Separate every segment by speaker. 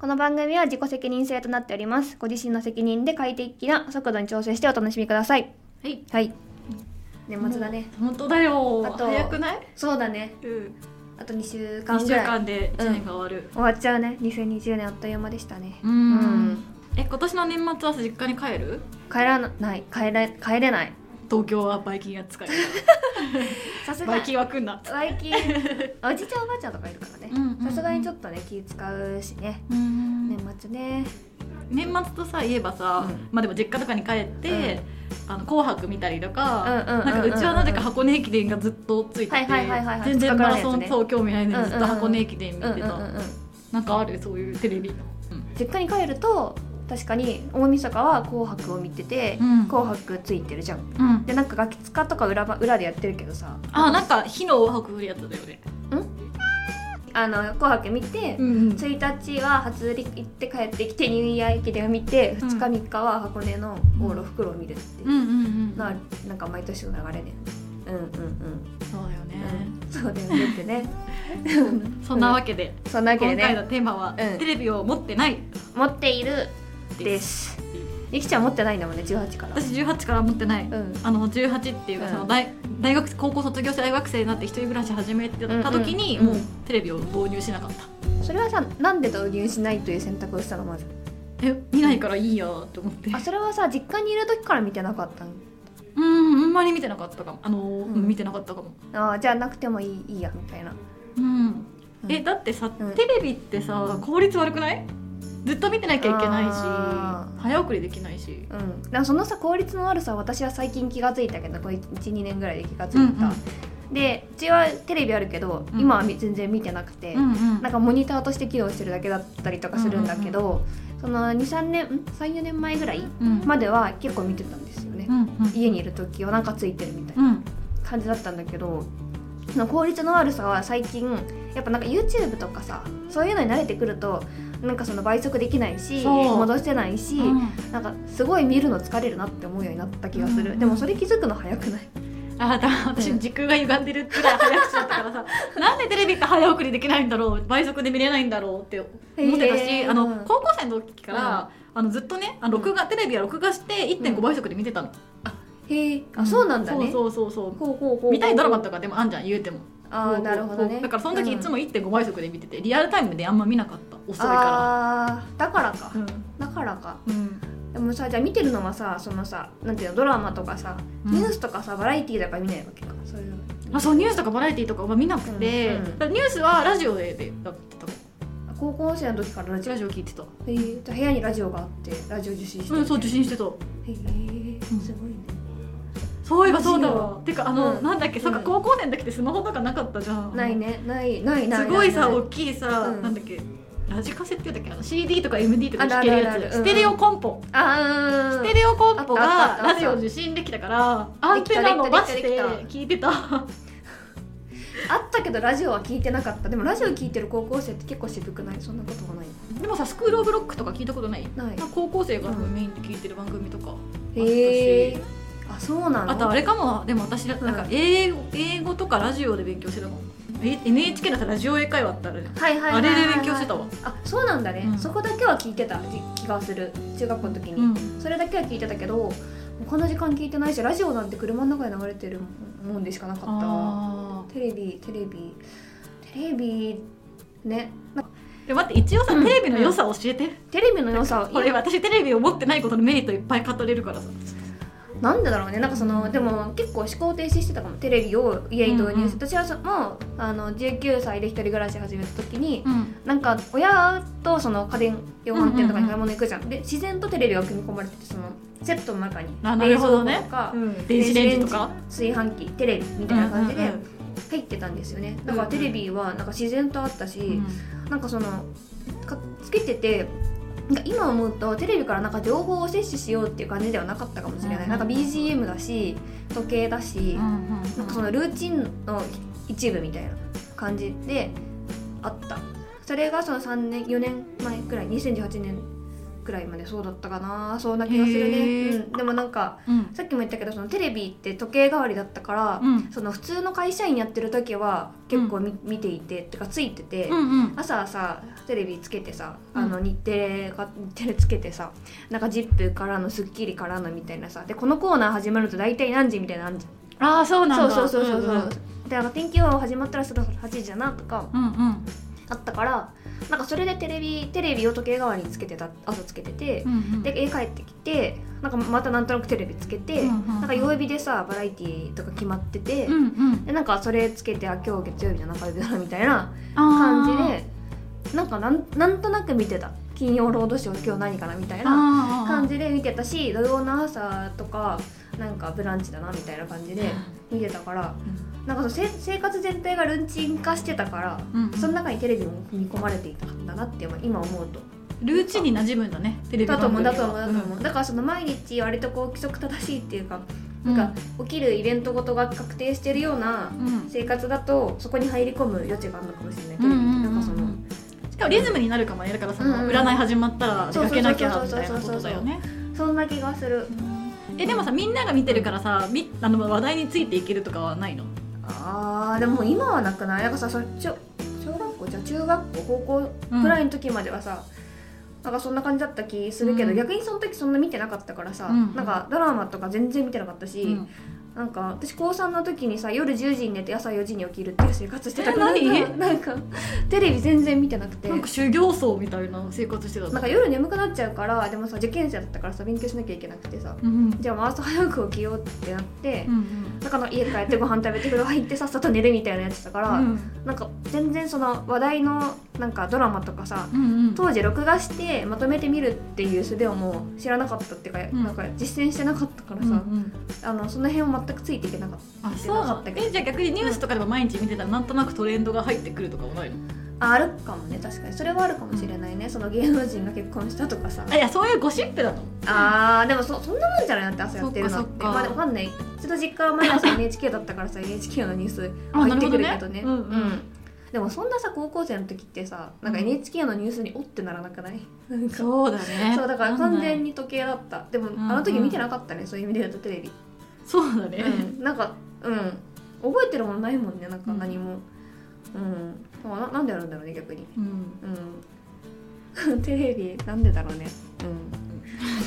Speaker 1: この番組は自己責任制となっておりますご自身の責任で快適な速度に調整してお楽しみください
Speaker 2: はい
Speaker 1: はい年末だね
Speaker 2: 本当だよ
Speaker 1: あと
Speaker 2: 早くない
Speaker 1: そうだね
Speaker 2: うん
Speaker 1: あと2週間
Speaker 2: 2
Speaker 1: ぐ
Speaker 2: 週
Speaker 1: らい
Speaker 2: 間で1年が終わる
Speaker 1: 終わっちゃうね2020年あっという間でしたね
Speaker 2: う
Speaker 1: うん
Speaker 2: え今年の年末は実家に帰る
Speaker 1: 帰らない帰れ帰れない
Speaker 2: 東京はバイキンが使 える
Speaker 1: さすが
Speaker 2: バイキンは来んな
Speaker 1: バイ キンおじいちゃんおばあちゃんとかいるからね
Speaker 2: うんうんうん
Speaker 1: さすがにちょっとね気使うしね
Speaker 2: うん
Speaker 1: 年末ね
Speaker 2: 年末とさ言えばさ、
Speaker 1: うん
Speaker 2: まあでも実家とかに帰って、あの紅白見たりとか、
Speaker 1: うんうんうんうん
Speaker 2: なんかうちはなぜか箱根駅伝がずっとついてて、
Speaker 1: はいはいはいはいはい
Speaker 2: 全然マラソ
Speaker 1: 近くのやつ
Speaker 2: ン、
Speaker 1: ね
Speaker 2: そう興味ないのに
Speaker 1: うんうん
Speaker 2: ず
Speaker 1: うん
Speaker 2: っと箱根駅伝見て
Speaker 1: う
Speaker 2: た、
Speaker 1: んうんうんうん
Speaker 2: なんかあるそういうテレビ、
Speaker 1: 実家に帰ると確かに大晦日は「紅白」を見てて「
Speaker 2: うん
Speaker 1: 紅白」ついてるじゃん
Speaker 2: うん
Speaker 1: でなんかガキ使とか裏ば裏でやってるけどさ
Speaker 2: あなんか火の箱振るやつだよね、
Speaker 1: あの紅白見て、
Speaker 2: ん
Speaker 1: 1日は初売り行って帰ってきてニューイヤー駅伝を見て
Speaker 2: うん
Speaker 1: 2日3日は箱根の往路袋を見るっていう
Speaker 2: うんうんうん
Speaker 1: のはなんか毎年の流れでうんうんうん
Speaker 2: そうだよね、
Speaker 1: うんそうだよねって ね
Speaker 2: そんなわけで、
Speaker 1: そんなわけで
Speaker 2: 今回の
Speaker 1: ね
Speaker 2: テーマは、
Speaker 1: うん
Speaker 2: テレビを持ってない
Speaker 1: 持っているで
Speaker 2: です
Speaker 1: すゆきちゃん持ってないんだもんね18から
Speaker 2: 私18から持ってない、
Speaker 1: うん
Speaker 2: あの18っていうか、
Speaker 1: うん
Speaker 2: その大大学高校卒業して大学生になって一人暮らし始めてた時に、
Speaker 1: うんうん
Speaker 2: もうテレビを導入しなかった、
Speaker 1: それはさなんで導入しないという選択をしたのまず
Speaker 2: え見ないからいいやと思って
Speaker 1: あそれはさ実家にいる時から見てなかったの
Speaker 2: うんあんまり見てなかったかもあのー
Speaker 1: うん
Speaker 2: 見てなかったかも、
Speaker 1: あーじゃあなくてもいいいいやみたいな
Speaker 2: うん、えだってさ、
Speaker 1: うん
Speaker 2: テレビってさ効率悪くないずっと見てなきゃいけない
Speaker 1: あ
Speaker 2: し早送りできないし
Speaker 1: うん、だからそのさ効率の悪さは私は最近気がついたけどこれ12年ぐらいで気がついた、
Speaker 2: うん
Speaker 1: でうちはテレビあるけど、
Speaker 2: うん
Speaker 1: 今はみ全然見てなくて、
Speaker 2: うんうん
Speaker 1: なんかモニターとして機能してるだけだったりとかするんだけど、その23年34年前ぐらい
Speaker 2: うん
Speaker 1: までは結構見てたんですよね、
Speaker 2: うんうん
Speaker 1: 家にいる時はなんかついてるみたいな
Speaker 2: うん
Speaker 1: 感じだったんだけどその効率の悪さは最近やっぱなんか YouTube とかさそういうのに慣れてくるとなんかその倍速できないし
Speaker 2: そう
Speaker 1: 戻せないし、
Speaker 2: うん
Speaker 1: なんかすごい見るの疲れるなって思うようになった気がする、
Speaker 2: うん
Speaker 1: でもそれ気づくの早く ない
Speaker 2: あだ私時空が歪んでるくらい早口だったからさ なんでテレビって早送りできないんだろう倍速で見れないんだろうって思ってたし、
Speaker 1: へー
Speaker 2: あ
Speaker 1: う
Speaker 2: の
Speaker 1: ん
Speaker 2: 高校生の時から、あのずっとねあの録画テレビは録画して
Speaker 1: う
Speaker 2: 1.5
Speaker 1: ん
Speaker 2: 倍速で見てたの、
Speaker 1: へえあそうなんだね
Speaker 2: そうそうそうそ
Speaker 1: ほうほうほう
Speaker 2: う見たいドラマとかでもあんじゃん言うても
Speaker 1: ああなるほどね
Speaker 2: だからその時いつ
Speaker 1: うん
Speaker 2: も1.5倍速で見ててリアルタイムであんま見なかった遅いか
Speaker 1: あーだからからだからか
Speaker 2: うん、うん
Speaker 1: でもさじゃあ見てるのはさそのさなんていうのドラマとかさ、
Speaker 2: うん
Speaker 1: ニュースとかさバラエティーだから見ないわけかそういうの
Speaker 2: あそうニュースとかバラエティとかは見なくて、
Speaker 1: うんうん
Speaker 2: だからニュースはラジオででやってたか
Speaker 1: 高校生の時からラジオ
Speaker 2: ラジオ聞いてた
Speaker 1: へえじゃあ部屋にラジオがあってラジオ受信して
Speaker 2: うんそう受信してた
Speaker 1: へえすごいね
Speaker 2: そういえば
Speaker 1: マジよ
Speaker 2: そうだわてかあの、
Speaker 1: うん
Speaker 2: なんだっけそっか
Speaker 1: うん
Speaker 2: 高校生の時ってスマホとかなかったじゃん
Speaker 1: ないねないないない
Speaker 2: すごいさ
Speaker 1: な
Speaker 2: 大きいさ、
Speaker 1: うん
Speaker 2: なんだっけラジカセって言うんだっけあの CD とか MD とか
Speaker 1: あるあ
Speaker 2: 聴
Speaker 1: る
Speaker 2: け
Speaker 1: あ
Speaker 2: る
Speaker 1: る
Speaker 2: やつ
Speaker 1: うん
Speaker 2: ステレオコンポ、
Speaker 1: あー
Speaker 2: ステレオコンポ
Speaker 1: あっ
Speaker 2: が
Speaker 1: たあったあった
Speaker 2: ラジオ受信できたからアン
Speaker 1: でき
Speaker 2: テ
Speaker 1: た
Speaker 2: ナ伸ばして
Speaker 1: できたできた
Speaker 2: 聞いてた
Speaker 1: あったけどラジオは聞いてなかったでもラジオ聞いてる高校生って結構渋くないそんなこともない
Speaker 2: でもさスクールオブロックとか聞いたことない、
Speaker 1: ない
Speaker 2: まあ高校生がメインで聞いてる番組とか、
Speaker 1: へえあそうなの
Speaker 2: あとあれかもでも私なんか英語,、英語とかラジオで勉強してたもんえ NHK のさラジオ英会話ってあるじゃん
Speaker 1: はいはいは
Speaker 2: あ
Speaker 1: いはい
Speaker 2: れ
Speaker 1: はい、
Speaker 2: で勉強してたわ、
Speaker 1: あそうなんだね、
Speaker 2: うん
Speaker 1: そこだけは聞いてた気がする中学校の時に、
Speaker 2: うん
Speaker 1: それだけは聞いてたけど他の時間聞いてないしラジオなんて車の中で流れてるもんでしかなかったわ
Speaker 2: あ
Speaker 1: テレビテレビテレビね
Speaker 2: ーで待って一応さ
Speaker 1: うん
Speaker 2: テレビの良さ教えて、
Speaker 1: テレビの良さを
Speaker 2: これ私テレビを持ってないことのメリットいっぱい語れるからさ
Speaker 1: なんでだろうねなんかそのでも結構思考停止してたかもテレビを家に導入して、
Speaker 2: うん
Speaker 1: 私はそもうあの19歳で一人暮らし始めた時に、
Speaker 2: うん
Speaker 1: なんか親とその家電量販店とかに買い物行くじゃん,、で自然とテレビが組み込まれててそのセットの中に
Speaker 2: あな
Speaker 1: 冷
Speaker 2: る
Speaker 1: 蔵
Speaker 2: ほ
Speaker 1: 庫
Speaker 2: ど
Speaker 1: と
Speaker 2: ね
Speaker 1: か、
Speaker 2: 電子レンジとか
Speaker 1: 炊飯器テレビみたいな感じ
Speaker 2: うん
Speaker 1: で
Speaker 2: うんうん
Speaker 1: 入ってたんですよね、だからテレビはなんか自然とあったし、なんかそのかつけててなんか今思うとテレビからなんか情報を摂取しようっていう感じではなかったかもしれない、
Speaker 2: うん
Speaker 1: なんか BGM だし時計だし、
Speaker 2: うんうんうん
Speaker 1: なんかそのルーチンの一部みたいな感じであったそれがその3年4年前くらい2018年くらいまでそうだったかなそんな気がする
Speaker 2: へ
Speaker 1: ね、
Speaker 2: ー
Speaker 1: うん、でもなんか
Speaker 2: うん
Speaker 1: さっきも言ったけどそのテレビって時計代わりだったから、
Speaker 2: うん
Speaker 1: その普通の会社員やってる時は結構み、見ていてってかついてて、
Speaker 2: うん
Speaker 1: 朝さテレビつけてさ
Speaker 2: うん
Speaker 1: あの日テレか日テレつけてさなんか「ジップからの「スッキリ」からのみたいなさでこのコーナー始まると大体何時みたいなのあんじ
Speaker 2: ああそう
Speaker 1: ゃ
Speaker 2: なんんだ
Speaker 1: そうそうそうそうそう、であの天気予報始まったらそろそろ8時だなとか
Speaker 2: うんうんうん
Speaker 1: あったからなんかそれでテレビテレビを時計代わりにつけてた朝つけてて
Speaker 2: う、んうん
Speaker 1: で家帰ってきてなんかまたなんとなくテレビつけて、
Speaker 2: うんうんう
Speaker 1: な
Speaker 2: ん
Speaker 1: んか曜日でさバラエティーとか決まってて、
Speaker 2: うんうん
Speaker 1: でなんかそれつけてあ今日月曜日じゃなかったなみたいな
Speaker 2: あー
Speaker 1: 感じでなんかなんなんとなく見てた「金曜ロードショー今日何かな」みたいな
Speaker 2: あー
Speaker 1: 感じで見てたし土曜の朝とかなんか「ブランチだな」みたいな感じで見てたからなんかそうせ生活全体がルンチン化してたから
Speaker 2: うんうん
Speaker 1: その中にテレビも組み込まれていたんだなって今今思うと。
Speaker 2: ルーチンに馴染むんだねテレビ
Speaker 1: だ
Speaker 2: 番
Speaker 1: と思う
Speaker 2: 組
Speaker 1: だと思うだと思う、
Speaker 2: うん
Speaker 1: だからその毎日割とこう規則正しいっていうか、
Speaker 2: うん
Speaker 1: なんか起きるイベントごとが確定してるような
Speaker 2: うん
Speaker 1: 生活だとそこに入り込む余地があるのかもしれないけど、
Speaker 2: うんうんうん
Speaker 1: なんかその
Speaker 2: しかもリズムになるかもねだからその
Speaker 1: うんうん
Speaker 2: 占い始まったら出かけなきゃみたいなことだよね
Speaker 1: そんな気がする
Speaker 2: えでもさみんなが見てるからさみあの話題についていけるとかはないの
Speaker 1: あーでも今はなくないなんかさそちょ小学校じゃあ中学校高校くらいの時まではさ、なんかそんな感じだった気するけど、
Speaker 2: うん
Speaker 1: 逆にその時そんな見てなかったからさ、
Speaker 2: うん
Speaker 1: なんかドラマとか全然見てなかったし、
Speaker 2: うん
Speaker 1: なんか私高3の時にさ夜10時に寝て朝4時に起きるっていう生活してたから
Speaker 2: え何
Speaker 1: なんか なんかテレビ全然見てなくて
Speaker 2: なんか修行僧みたいな生活してた
Speaker 1: なんか夜眠くなっちゃうからでもさ受験生だったからさ勉強しなきゃいけなくてさ
Speaker 2: うんうん
Speaker 1: じゃあもう朝早く起きようってなって
Speaker 2: う、ん
Speaker 1: なんかの家帰ってご飯食べて風呂入ってさっさと寝るみたいなやつだから、
Speaker 2: うん
Speaker 1: なんか全然その話題のなんかドラマとかさ
Speaker 2: うんうん
Speaker 1: 当時録画してまとめて見るっていう術をもう知らなかったっていうか、
Speaker 2: うん
Speaker 1: なんか実践してなかったから
Speaker 2: う
Speaker 1: さ、
Speaker 2: んうん
Speaker 1: あのその辺を全くついていけなかった。
Speaker 2: あそうなんだえじゃあ逆にニュースとかでも毎日見てたらなんとなくトレンドが入ってくるとかはないの
Speaker 1: ああるかもね確かにそれはあるかもしれないね、その芸能人が結婚したとかさ
Speaker 2: あいやそういうゴシップだと
Speaker 1: あーでもそそんなもんじゃないなって朝やってるのって
Speaker 2: そっかそっか
Speaker 1: まあでもわかんないうちの実家は毎朝 NHK だったからさ NHK のニュース
Speaker 2: あ
Speaker 1: 入ってくるけどね
Speaker 2: なるほどねうんうん
Speaker 1: でもそんなさ高校生の時ってさなんか
Speaker 2: うん
Speaker 1: NHK のニュースにおってならなくないなんかそう
Speaker 2: そうだね
Speaker 1: だから完全
Speaker 2: に
Speaker 1: に時計だったでも、
Speaker 2: ん
Speaker 1: あの時見てなかったねそういう意味で言うとテレビ、
Speaker 2: そうだね
Speaker 1: うん、なんかうん覚えてるものないもんねなんか何もうん、だからななんでやるんだろうね逆に
Speaker 2: うん
Speaker 1: うん テレビなんでだろうね、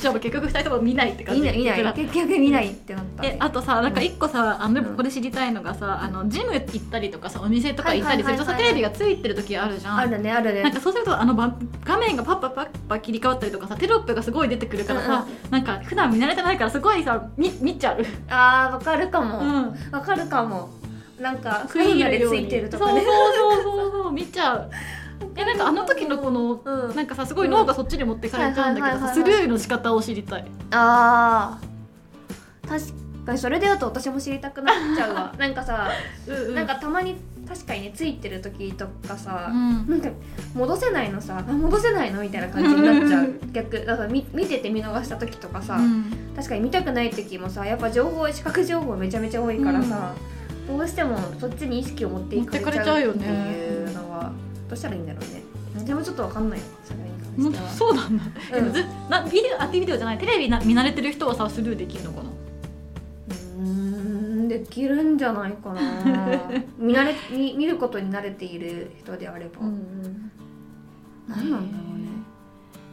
Speaker 2: じゃあ結局二人とも見ないって
Speaker 1: うん、
Speaker 2: 感
Speaker 1: 見
Speaker 2: じ
Speaker 1: ない見ない結局見ないってなったね
Speaker 2: えあとさなんか一個さ、あのでも
Speaker 1: うん
Speaker 2: ここで知りたいのがさ、あのジム行ったりとかさお店とか行ったりするとさ、
Speaker 1: はいはいはいはい
Speaker 2: テレビがついてる時あるじゃん
Speaker 1: あるねあるね
Speaker 2: なんかそうするとあのば画面がパッパパッパ切り替わったりとかさテロップがすごい出てくるからさ、なんか普段見慣れてないからすごいさ見見ちゃう、
Speaker 1: あーわかるか
Speaker 2: う
Speaker 1: もわ、
Speaker 2: ん、
Speaker 1: かるかもなんかクイーンでついてるとかね
Speaker 2: そうそうそうそうそう見ち ゃうえなんかあの時のこの
Speaker 1: うん
Speaker 2: なんかさすごい脳がそっちに持ってかれちゃうんだけど
Speaker 1: は
Speaker 2: さ
Speaker 1: いはいはいはい
Speaker 2: スルーの仕方を知りたい
Speaker 1: あー確かにそれで言うと私も知りたくなっちゃうわなんかさ、なんかたまに確かにねついてる時とか
Speaker 2: う
Speaker 1: さ、
Speaker 2: ん
Speaker 1: なんか戻せないのさあ戻せないのみたいな感じになっちゃう逆だから見見てて見逃した時とかさ、
Speaker 2: うん
Speaker 1: 確かに見たくない時もさやっぱ情報視覚情報めちゃめちゃ多いからさ、どうしてもそっちに意識を持っていかれ
Speaker 2: 持ってかれ
Speaker 1: ち
Speaker 2: ちゃ
Speaker 1: ゃう
Speaker 2: うよ
Speaker 1: って
Speaker 2: ね
Speaker 1: いうのはどうしたらいいんだろうねでもちょっとわかんないよそれに
Speaker 2: うん
Speaker 1: 関しては
Speaker 2: そうなんだ、え
Speaker 1: うん
Speaker 2: ずなビデオあビデオじゃないテレビな見慣れてる人はさスルーできるのかな
Speaker 1: うーんできるんじゃない かな見慣れ見見ることに慣れている人であれば、何なんだろうね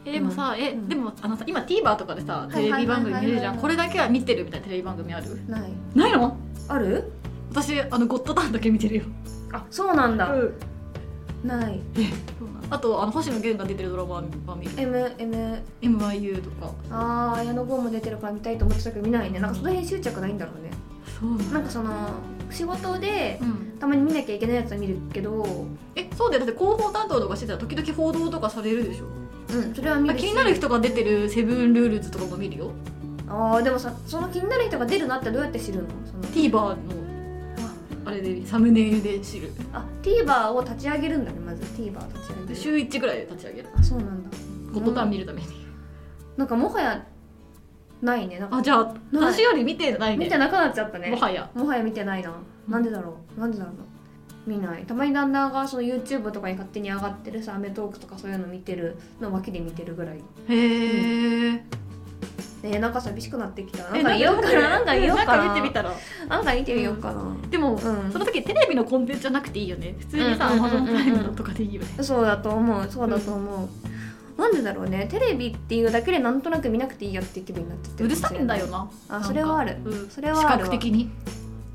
Speaker 2: えでもさ、え
Speaker 1: うん
Speaker 2: でもあのさ今 TVer とかでさ
Speaker 1: い
Speaker 2: テレビ番組
Speaker 1: は
Speaker 2: 見るじゃ
Speaker 1: いはいはい
Speaker 2: ん
Speaker 1: はい
Speaker 2: これだけは見てるみたいなテレビ番組ある
Speaker 1: ない
Speaker 2: ないの
Speaker 1: ある
Speaker 2: 私あのゴッドタンだけ見てるよ、
Speaker 1: あそうなんだ、
Speaker 2: うん
Speaker 1: ない
Speaker 2: あとあの星野源が出てるドラマは見る
Speaker 1: MM
Speaker 2: MIU とか
Speaker 1: あー綾野剛も出てるから見たいと思ってたけど見ないねなんかその辺執着ないんだろうね
Speaker 2: そうな
Speaker 1: なんかその仕事で
Speaker 2: うん、
Speaker 1: たまに見なきゃいけないやつは見るけど、
Speaker 2: えそうだよだって広報担当とかしてたら時々報道とかされるでしょ
Speaker 1: うん、それは見
Speaker 2: まあ
Speaker 1: るし
Speaker 2: 気になる人が出てる「セブンルールズ」とかも見るよ
Speaker 1: あーでもさその気になる人が出るなってどうやって知るのその
Speaker 2: TVer のあれでサムネイルで知る
Speaker 1: あ TVer を立ち上げるんだねまず TVer 立ち上げる
Speaker 2: 週1ぐらいで立ち上げる
Speaker 1: あそうなんだ
Speaker 2: ゴッドタン見るために、
Speaker 1: なんかもはやないねなんか
Speaker 2: あじゃあ
Speaker 1: ない
Speaker 2: 私より見てないね
Speaker 1: 見てなくなっちゃったね
Speaker 2: もはや
Speaker 1: もはや見てないななんでだろうなんでだろう見ないたまに旦那がその YouTube とかに勝手に上がってるさ『アメトーーク』とかそういうの見てるのを脇で見てるぐらい
Speaker 2: へえ
Speaker 1: ねえなんか寂しくなってきたなんか言おうかななんか言おうか
Speaker 2: なんか見てみ
Speaker 1: な
Speaker 2: たら
Speaker 1: なんか見てみようかな
Speaker 2: で
Speaker 1: う
Speaker 2: も、
Speaker 1: ん
Speaker 2: その時テレビのコンテンツじゃなくていいよね普通にさ
Speaker 1: う
Speaker 2: Amazon
Speaker 1: んうんうんうん
Speaker 2: プライムのとかでいいよね
Speaker 1: そうだと思うそうだと思う、なんでだろうねテレビっていうだけでなんとなく見なくていいやって気分になってって
Speaker 2: うるさいんだよな
Speaker 1: あそれはある
Speaker 2: うん
Speaker 1: それはあるわ
Speaker 2: 視覚的に、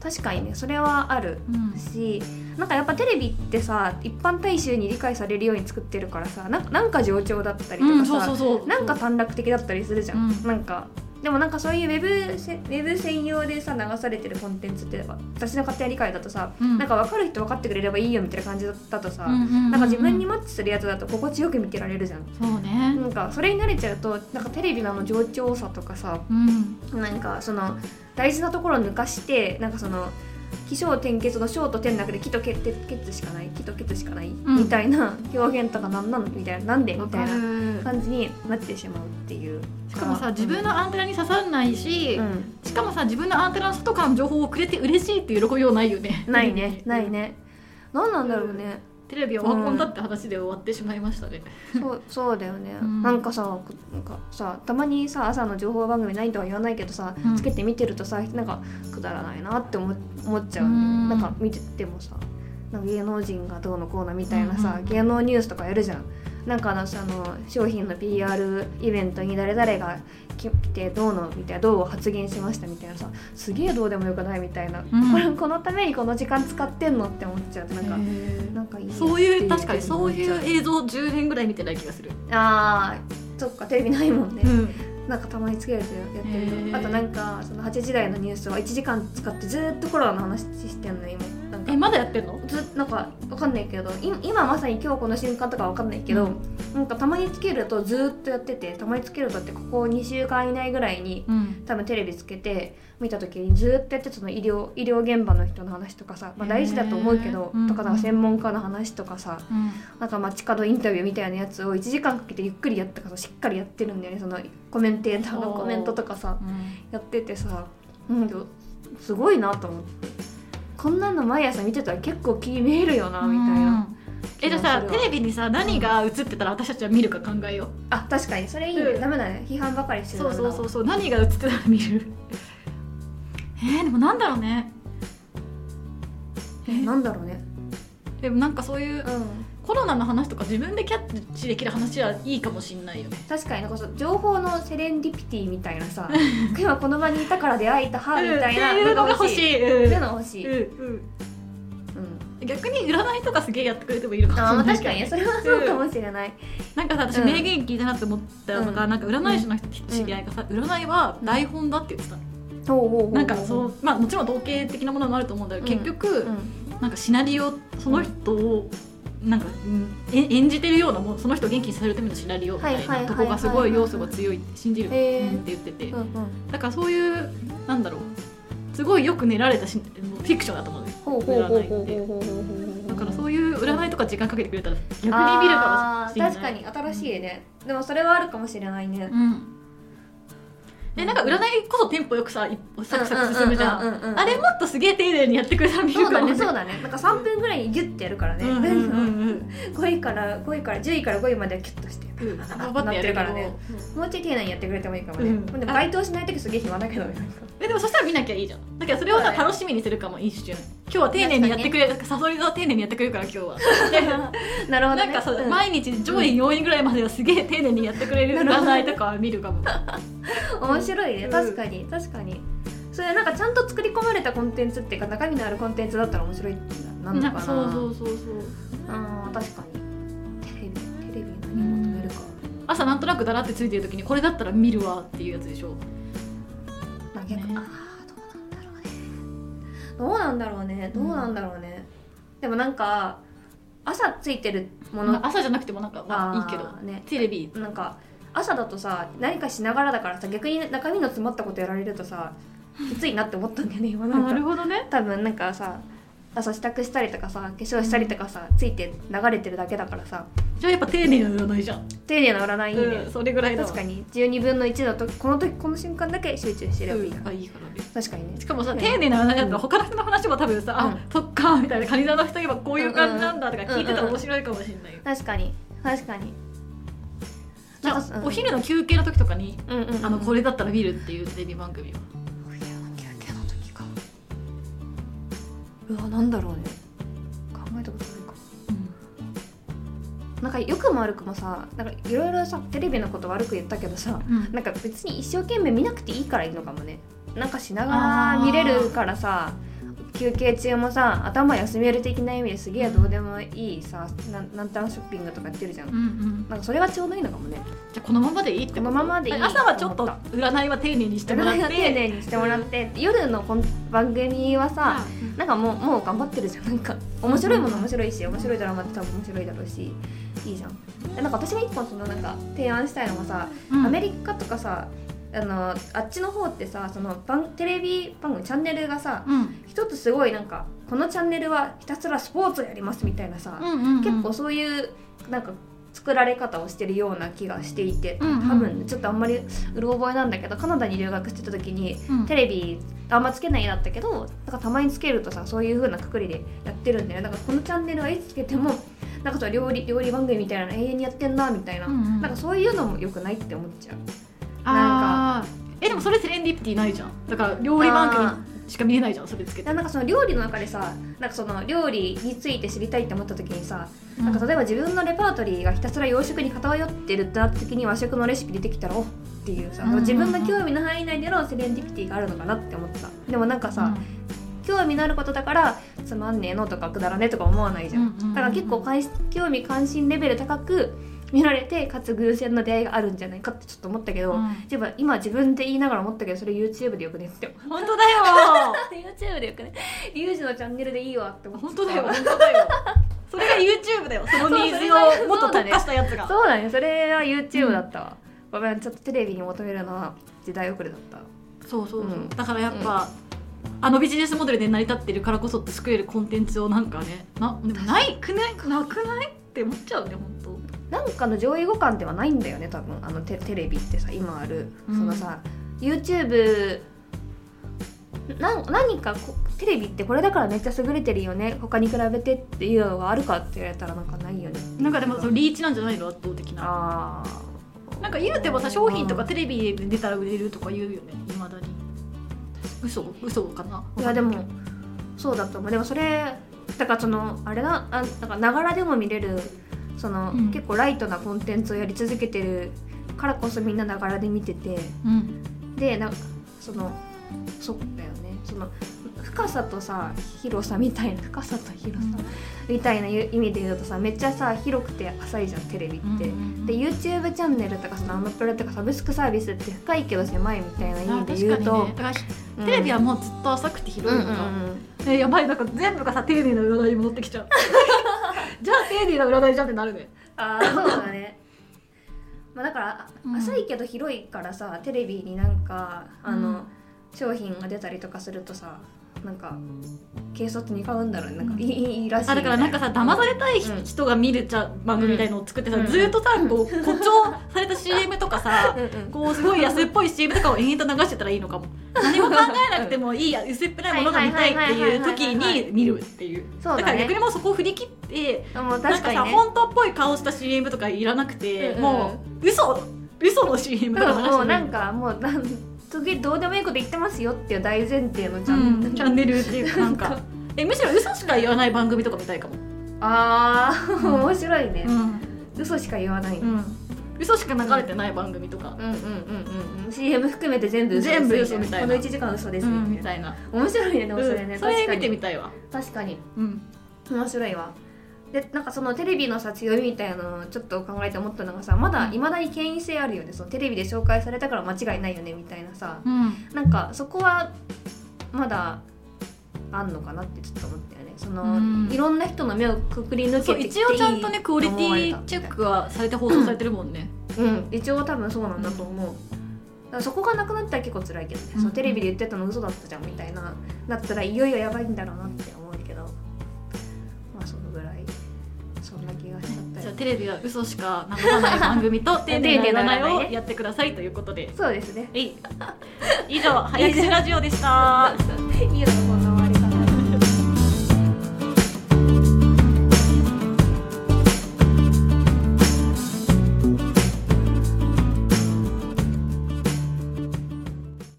Speaker 1: 確かにねそれはある
Speaker 2: うん
Speaker 1: しなんかやっぱテレビってさ一般大衆に理解されるように作ってるからさなんかなんか冗長だったりと
Speaker 2: う
Speaker 1: か
Speaker 2: ん、そう
Speaker 1: さ、
Speaker 2: そうそう
Speaker 1: なんか短絡的だったりするじゃん、
Speaker 2: うん
Speaker 1: なんかでもなんかそういうウェブせウェブ専用でさ流されてるコンテンツって私の勝手な理解だとさ、
Speaker 2: うん
Speaker 1: なんか分かる人分かってくれればいいよみたいな感じだとさ、
Speaker 2: うんううう
Speaker 1: なんか自分にマッチするやつだと心地よく見てられるじゃん。
Speaker 2: そうね
Speaker 1: なんかそれに慣れちゃうとなんかテレビのあの冗長さとかさ
Speaker 2: うん
Speaker 1: なんかその大事なところを抜かしてなんかその起承転結の小と天だけで木と結結しかない木と結しかない、
Speaker 2: ん
Speaker 1: みたいな 表現とかなんなのみたいななんでみ
Speaker 2: わ
Speaker 1: た
Speaker 2: か
Speaker 1: いな
Speaker 2: る
Speaker 1: 感じになってしまうっていう
Speaker 2: しかも
Speaker 1: う
Speaker 2: さ
Speaker 1: ん
Speaker 2: 自分のアンテナに刺さらないし、
Speaker 1: うん、
Speaker 2: しかもさ自分のアンテナの外からの情報をくれて嬉しいっていう喜びようないよね
Speaker 1: ないねない
Speaker 2: ね
Speaker 1: ね何なんだろうね、
Speaker 2: テレビはオワコンだって話で終わってしまいましたね、
Speaker 1: そうそうだよね、
Speaker 2: うん
Speaker 1: なんかさなんかさたまにさ朝の情報番組ないとは言わないけどさ、
Speaker 2: うん
Speaker 1: つけて見てるとさなんかくだらないなって思思っちゃう、
Speaker 2: うん
Speaker 1: なんか見ててもさなんか芸能人がどうのこうのみたいなさ、
Speaker 2: うんうん
Speaker 1: 芸能ニュースとかやるじゃんなんかあのさあの商品の PR イベントに誰々が来来てどうのみたいなどう発言しましたみたいなさすげえどうでもよくないみたいな、
Speaker 2: うん
Speaker 1: これこのためにこの時間使ってんのって思っちゃうなんか、なんかいいやって
Speaker 2: そういう確かに
Speaker 1: って思
Speaker 2: そう
Speaker 1: っち
Speaker 2: い
Speaker 1: ゃ
Speaker 2: う映像10年ぐらい見てない気がする、
Speaker 1: あーそっかテレビないもんね、
Speaker 2: ん、
Speaker 1: なんかたまにつけるとやってる
Speaker 2: へ
Speaker 1: と
Speaker 2: ー
Speaker 1: あとなんかその8時台のニュースは1時間使ってずーっとコロナの話してんの今なんか
Speaker 2: えまだやってんの
Speaker 1: ずなんかわかんないけどい今まさに今日この瞬間とかわかんないけど、
Speaker 2: う
Speaker 1: なんかたまにつけるとずーっとやっててたまにつけるとってここ2週間以内ぐらいに
Speaker 2: うん
Speaker 1: 多分テレビつけて見た時にずーっとやってたその医療医療現場の人の話とかさ、まあ、大事だと思うけど
Speaker 2: へー
Speaker 1: とかなんか専門家の話とかさ、
Speaker 2: うん
Speaker 1: なんか街角インタビューみたいなやつを1時間かけてゆっくりやったからしっかりやってるんだよねそのコメンテーターの
Speaker 2: おー
Speaker 1: コメントとかさやっててさ、うん、すごいなと思ってこんなの毎朝見てたら結構気に見えるよなみたいな、
Speaker 2: えじ
Speaker 1: 気が
Speaker 2: ゃあさ
Speaker 1: するわ
Speaker 2: テレビにさ何が映ってたら私たちは見るか考えよ
Speaker 1: あ確かにそれいいね、
Speaker 2: うん
Speaker 1: ダメだね批判ばかりし
Speaker 2: う
Speaker 1: てる
Speaker 2: そうそうそううそう何が映ってたら見るえー、でもなんだろうねえ
Speaker 1: なんだろうね
Speaker 2: でもなんかそういう
Speaker 1: うん
Speaker 2: コロナの話とか自分でキャッチできる話はいいかもしんないよね
Speaker 1: 確かになんかそう情報のセレンディピティみたいなさ今この場にいたから出会えたはみたいな
Speaker 2: うんっていうのが欲し
Speaker 1: い
Speaker 2: い
Speaker 1: そううんいうの欲しい、うん
Speaker 2: うんうん逆に占いとかすげえやってくれてもいいのかもしれ
Speaker 1: あ
Speaker 2: な
Speaker 1: まあ
Speaker 2: い
Speaker 1: 確かにそれはそうかもしれない、
Speaker 2: なんかさ私
Speaker 1: うん
Speaker 2: 名言聞いたなって思ったのが、なんか占い師の人知り合いがさ、占いは台本だって言ってたの、
Speaker 1: ほうほうほう
Speaker 2: なんかそう、まあもちろん統計的なものもあると思うんだけど、
Speaker 1: うん
Speaker 2: 結局、
Speaker 1: うん
Speaker 2: なんかシナリオその人を、なんかうんえ演じてるようなもんその人を元気にさせるためのシナリオみたい
Speaker 1: はいはいはい
Speaker 2: な
Speaker 1: は
Speaker 2: と
Speaker 1: い
Speaker 2: こがすごい要素が強いって信じるって
Speaker 1: へー
Speaker 2: 言ってて、
Speaker 1: うんうん
Speaker 2: だからそういうなんだろうすごいよく練られたしもうフィクションだと思うのよ
Speaker 1: ほうほうほうほうほうほうほうほう
Speaker 2: だから
Speaker 1: う
Speaker 2: そういう占いとか時間かけてくれたら逆に見るかもしれない
Speaker 1: 確かに新しいねでもそれはあるかもしれないね
Speaker 2: うんでなんか占いこそテンポよくさ一歩サクサク進むじゃ
Speaker 1: うんうんうんうんうん
Speaker 2: んあれもっとすげえ丁寧にやってくれたら見
Speaker 1: そ
Speaker 2: る
Speaker 1: う
Speaker 2: か
Speaker 1: だ
Speaker 2: も
Speaker 1: ねそうだねなんか3分ぐらいにギュッてやるからね
Speaker 2: うんうんうん
Speaker 1: 5位から5位から10位から5位まではキュッとして
Speaker 2: うん頑張ってやるからね
Speaker 1: もうちょい丁寧にやってくれてもいいかもね、
Speaker 2: うん
Speaker 1: でも該当しない時すげえ暇だけどね
Speaker 2: えでもそしたら見なきゃいいじゃんだからそれをさ
Speaker 1: はい
Speaker 2: 楽しみにするかも一瞬今日は丁寧にやってくれるサソリ座は丁寧にやってくれるから今日は
Speaker 1: なるほど、
Speaker 2: な
Speaker 1: ね、
Speaker 2: んかそうう毎日上位4位ぐらいまではすげえ丁寧にやってくれる占いとかは見るかも
Speaker 1: 面白いね
Speaker 2: うん
Speaker 1: 確かに確かにそれなんかちゃんと作り込まれたコンテンツっていうか中身のあるコンテンツだったら面白いってなんだなのかな
Speaker 2: そうそうそうそう
Speaker 1: あー確かにテレビテレビに何を求めるか、
Speaker 2: 朝なんとなくだらってついてる時にこれだったら見るわっていうやつでしょ
Speaker 1: まあ、逆
Speaker 2: ね
Speaker 1: あーどうなんだろうねどうなんだろうねどうなんだろうね、でもなんか朝ついてるもの
Speaker 2: まあ朝じゃなくてもなんかまあいいけど
Speaker 1: あーね
Speaker 2: テレビ
Speaker 1: なんか朝だとさ何かしながらだからさ逆に中身の詰まったことやられるとさきついなって思ったんだよね今なんか
Speaker 2: ほどね
Speaker 1: 多分なんかさ朝支度したりとかさ化粧したりとかさ、ついて流れてるだけだからさ
Speaker 2: じゃあやっぱ丁寧な占いじゃん
Speaker 1: 丁寧な占いいいね、
Speaker 2: うんそれぐらいだわ
Speaker 1: 確かに12分の1の時この時この瞬間だけ集中してればいいな、
Speaker 2: うんあいいからね
Speaker 1: 確かにね
Speaker 2: しかもさ
Speaker 1: うん
Speaker 2: 丁寧な話だったら他の人の話も多分さ
Speaker 1: う
Speaker 2: 「
Speaker 1: ん
Speaker 2: あそっか」みたいな「カニ座の人言えばこういう感じなんだ」とか聞いてた
Speaker 1: うん
Speaker 2: ら
Speaker 1: うん
Speaker 2: 面白いかもしれないよ
Speaker 1: 確かに確かに
Speaker 2: じゃ
Speaker 1: なん
Speaker 2: あ
Speaker 1: か
Speaker 2: お昼の休憩の時とかに
Speaker 1: うんうん、うん、
Speaker 2: あのこれだったら見るっていうテレビ番組は
Speaker 1: お昼の休憩の時かうわなんだろうね考えたことないかなんか良くも悪くもさなんかいろいろさテレビのこと悪く言ったけどさ
Speaker 2: うん
Speaker 1: なんか別に一生懸命見なくていいからいいのかもねなんかしな
Speaker 2: あ
Speaker 1: がら
Speaker 2: ー
Speaker 1: 見れるからさ休憩中もさ頭休める的な意味ですげえどうでもいいさなんなんたらショッピングとかやってるじゃん、
Speaker 2: うんうん
Speaker 1: なんかそれがちょうどいいのかもね
Speaker 2: じゃあこのままでいいってこと
Speaker 1: このままでいい
Speaker 2: 朝はちょっと占いは丁寧にしてもらっ
Speaker 1: 占い
Speaker 2: て
Speaker 1: は丁寧にしてもらって、夜のこん番組はさ、
Speaker 2: うん
Speaker 1: なんかもうもう頑張ってるじゃんなんか面白いもの面白いし面白いドラマって多分面白いだろうしいいじゃんでなんか私が一本そのなんか提案したいのがさ、
Speaker 2: うん
Speaker 1: アメリカとかさあのあっちの方ってさその番テレビ番組チャンネルがさ
Speaker 2: うん
Speaker 1: 一つすごいなんかこのチャンネルはひたすらスポーツをやりますみたいなさ、
Speaker 2: うんうんうん
Speaker 1: 結構そういうなんか作られ方をしてるような気がしていて、
Speaker 2: うんうん
Speaker 1: 多分ちょっとあんまりうる覚えなんだけどカナダに留学してた時に
Speaker 2: うん
Speaker 1: テレビあんまつけないだったけどなんかたまにつけるとさそういう風なくくりでやってるんだよねなんかこのチャンネルはいつつけてもなんかそう料理料理番組みたいなの永遠にやってんなみたいな、
Speaker 2: うんうん
Speaker 1: なんかそういうのも良くないって思っちゃう
Speaker 2: あーえでもそれセレンディピティないじゃんだから料理番組しか見えないじゃんそれつけ
Speaker 1: だか
Speaker 2: て
Speaker 1: らなんかその料理の中でさなんかその料理について知りたいって思った時にさ、なんか例えば自分のレパートリーがひたすら洋食に偏ってるってなった時に和食のレシピ出てきたらおっっていうさ、
Speaker 2: うんうんうん
Speaker 1: 自分の興味の範囲内でのセレンディピティがあるのかなって思ったでもなんかさ、興味のあることだからつまんねえのとかくだらねえとか思わないじゃん、だから結構関心興味関心レベル高く見られてかつ偶然の出会いがあるんじゃないかってちょっと思ったけど、例えば今自分で言いながら思ったけどそれ YouTube でよくねって思う
Speaker 2: 本当だよ
Speaker 1: YouTube でよくねリュウジのチャンネルでいいわって思って
Speaker 2: 本 当だよ本当だよそれが YouTube だよそのニーズをもっと特化したやつが
Speaker 1: そうだねそれは YouTube だったわ、ごめんちょっとテレビに求めるのは時代遅れだった
Speaker 2: そうそうそう、
Speaker 1: うん
Speaker 2: だからやっぱ、あのビジネスモデルで成り立ってるからこそ作れるコンテンツをなんかねなでもないくないなくないって思っちゃうね本
Speaker 1: なんかの上位互換ではないんだよね多分あのテテレビってさ今あるそ
Speaker 2: うん
Speaker 1: のさ、YouTube なん何かこテレビってこれだからめっちゃ優れてるよね他に比べてっていうのがあるかって言われたらなんかないよね
Speaker 2: 当なんかでもそのリーチなんじゃないの圧倒的な
Speaker 1: あー
Speaker 2: なんか言うてもさ商品とか
Speaker 1: うん
Speaker 2: テレビで出たら売れるとか言うよねいまだに嘘嘘かないい
Speaker 1: やでもそうだと思うでもそれだからそのあれだあなんかながらでも見れるその、
Speaker 2: うん
Speaker 1: 結構ライトなコンテンツをやり続けてるからこそみんなながらで見てて
Speaker 2: うん
Speaker 1: でなんかそのそうだよねその深さとさ広さみたいな深さと広さ、みたいな意味で言うとさめっちゃさ広くて浅いじゃんテレビって。で YouTube チャンネルとかそのアマプラとかサブスクサービスって深いけど狭いみたいな意味で言う
Speaker 2: あ
Speaker 1: と、
Speaker 2: 確かにねだからテレビはもうずっと浅くて
Speaker 1: うん
Speaker 2: 広
Speaker 1: う
Speaker 2: い
Speaker 1: ん
Speaker 2: の
Speaker 1: う
Speaker 2: か、
Speaker 1: ん
Speaker 2: えやばいなんか全部がさ丁寧な占いに戻ってき ちゃうじゃあ丁寧な占いじゃんってなるね
Speaker 1: あ あそうだねまあだから、
Speaker 2: うん
Speaker 1: 浅いけど広いからさテレビになんかあの、
Speaker 2: うん
Speaker 1: 商品が出たりとかするとさなんか軽率に買うんだろうねなんか
Speaker 2: うん
Speaker 1: いい,、いいらしい
Speaker 2: あだからなんかさ騙さ
Speaker 1: れ
Speaker 2: れたい人
Speaker 1: うん
Speaker 2: 人が見るちゃ番組みたいのを作ってさ、
Speaker 1: うん
Speaker 2: ずーっとさこう誇張された CM とかさ
Speaker 1: うんうん
Speaker 2: こうすごい安っぽい CM とかを延々と流してたらいいのかも何も考えなくてもいい薄っぺらいものが見たいっていう時に見るっていう
Speaker 1: そうだね
Speaker 2: から逆にもうそこを振り切って
Speaker 1: もう
Speaker 2: なん
Speaker 1: 確
Speaker 2: か
Speaker 1: か
Speaker 2: さ
Speaker 1: にね
Speaker 2: 本当っぽい顔した CM とかいらなく
Speaker 1: う
Speaker 2: て、
Speaker 1: んうん
Speaker 2: もう嘘嘘の CM とか流して
Speaker 1: もう
Speaker 2: もいい
Speaker 1: なんかもうなん時々どうでもいいこと言ってますよっていう大前提のチャンネル、
Speaker 2: チャンネルっていうかな んかえむしろ嘘しか言わない番組とか見たいかも、
Speaker 1: あー
Speaker 2: うん
Speaker 1: 面白いね、嘘しか言わない、うん、
Speaker 2: 嘘しか流れてない番組とか、
Speaker 1: うんうんうんうん CM 含めて全部嘘です
Speaker 2: 全部嘘みたいな
Speaker 1: この1時間嘘です
Speaker 2: うん
Speaker 1: み
Speaker 2: み
Speaker 1: たいな、
Speaker 2: たいな、
Speaker 1: 面白いねでもそれね、
Speaker 2: うんそれ
Speaker 1: 確か
Speaker 2: 見
Speaker 1: に
Speaker 2: てみたいわ、
Speaker 1: 確かに
Speaker 2: うん
Speaker 1: 面白いわでなんかそのテレビのさ強みみたいなのをちょっと考えて思ったのがさまだいまだに権威性あるよねそのテレビで紹介されたから間違いないよねみたいなさなんかそこはまだあんのかなってちょっと思ったよねその、
Speaker 2: うん
Speaker 1: いろんな人の目をくくり抜
Speaker 2: そ
Speaker 1: け
Speaker 2: う
Speaker 1: てきて
Speaker 2: 一応ちゃんとねクオリティチェッ
Speaker 1: ク
Speaker 2: クがされて放送されてるもんね、
Speaker 1: うん一応多分そうなんだと思う、だからそこがなくなったら結構辛いけどね、
Speaker 2: うん
Speaker 1: そのテレビで言ってたの嘘だったじゃんみたいなだったらいよいよやばいんだろうなって思うけどそのぐらいそんな気がしちゃった
Speaker 2: じゃあ
Speaker 1: よ
Speaker 2: テレビは嘘しか流さない番組と丁寧な占いをやってくださいということで
Speaker 1: そうですね
Speaker 2: えい以上早口ラジオでした。
Speaker 1: いいのかな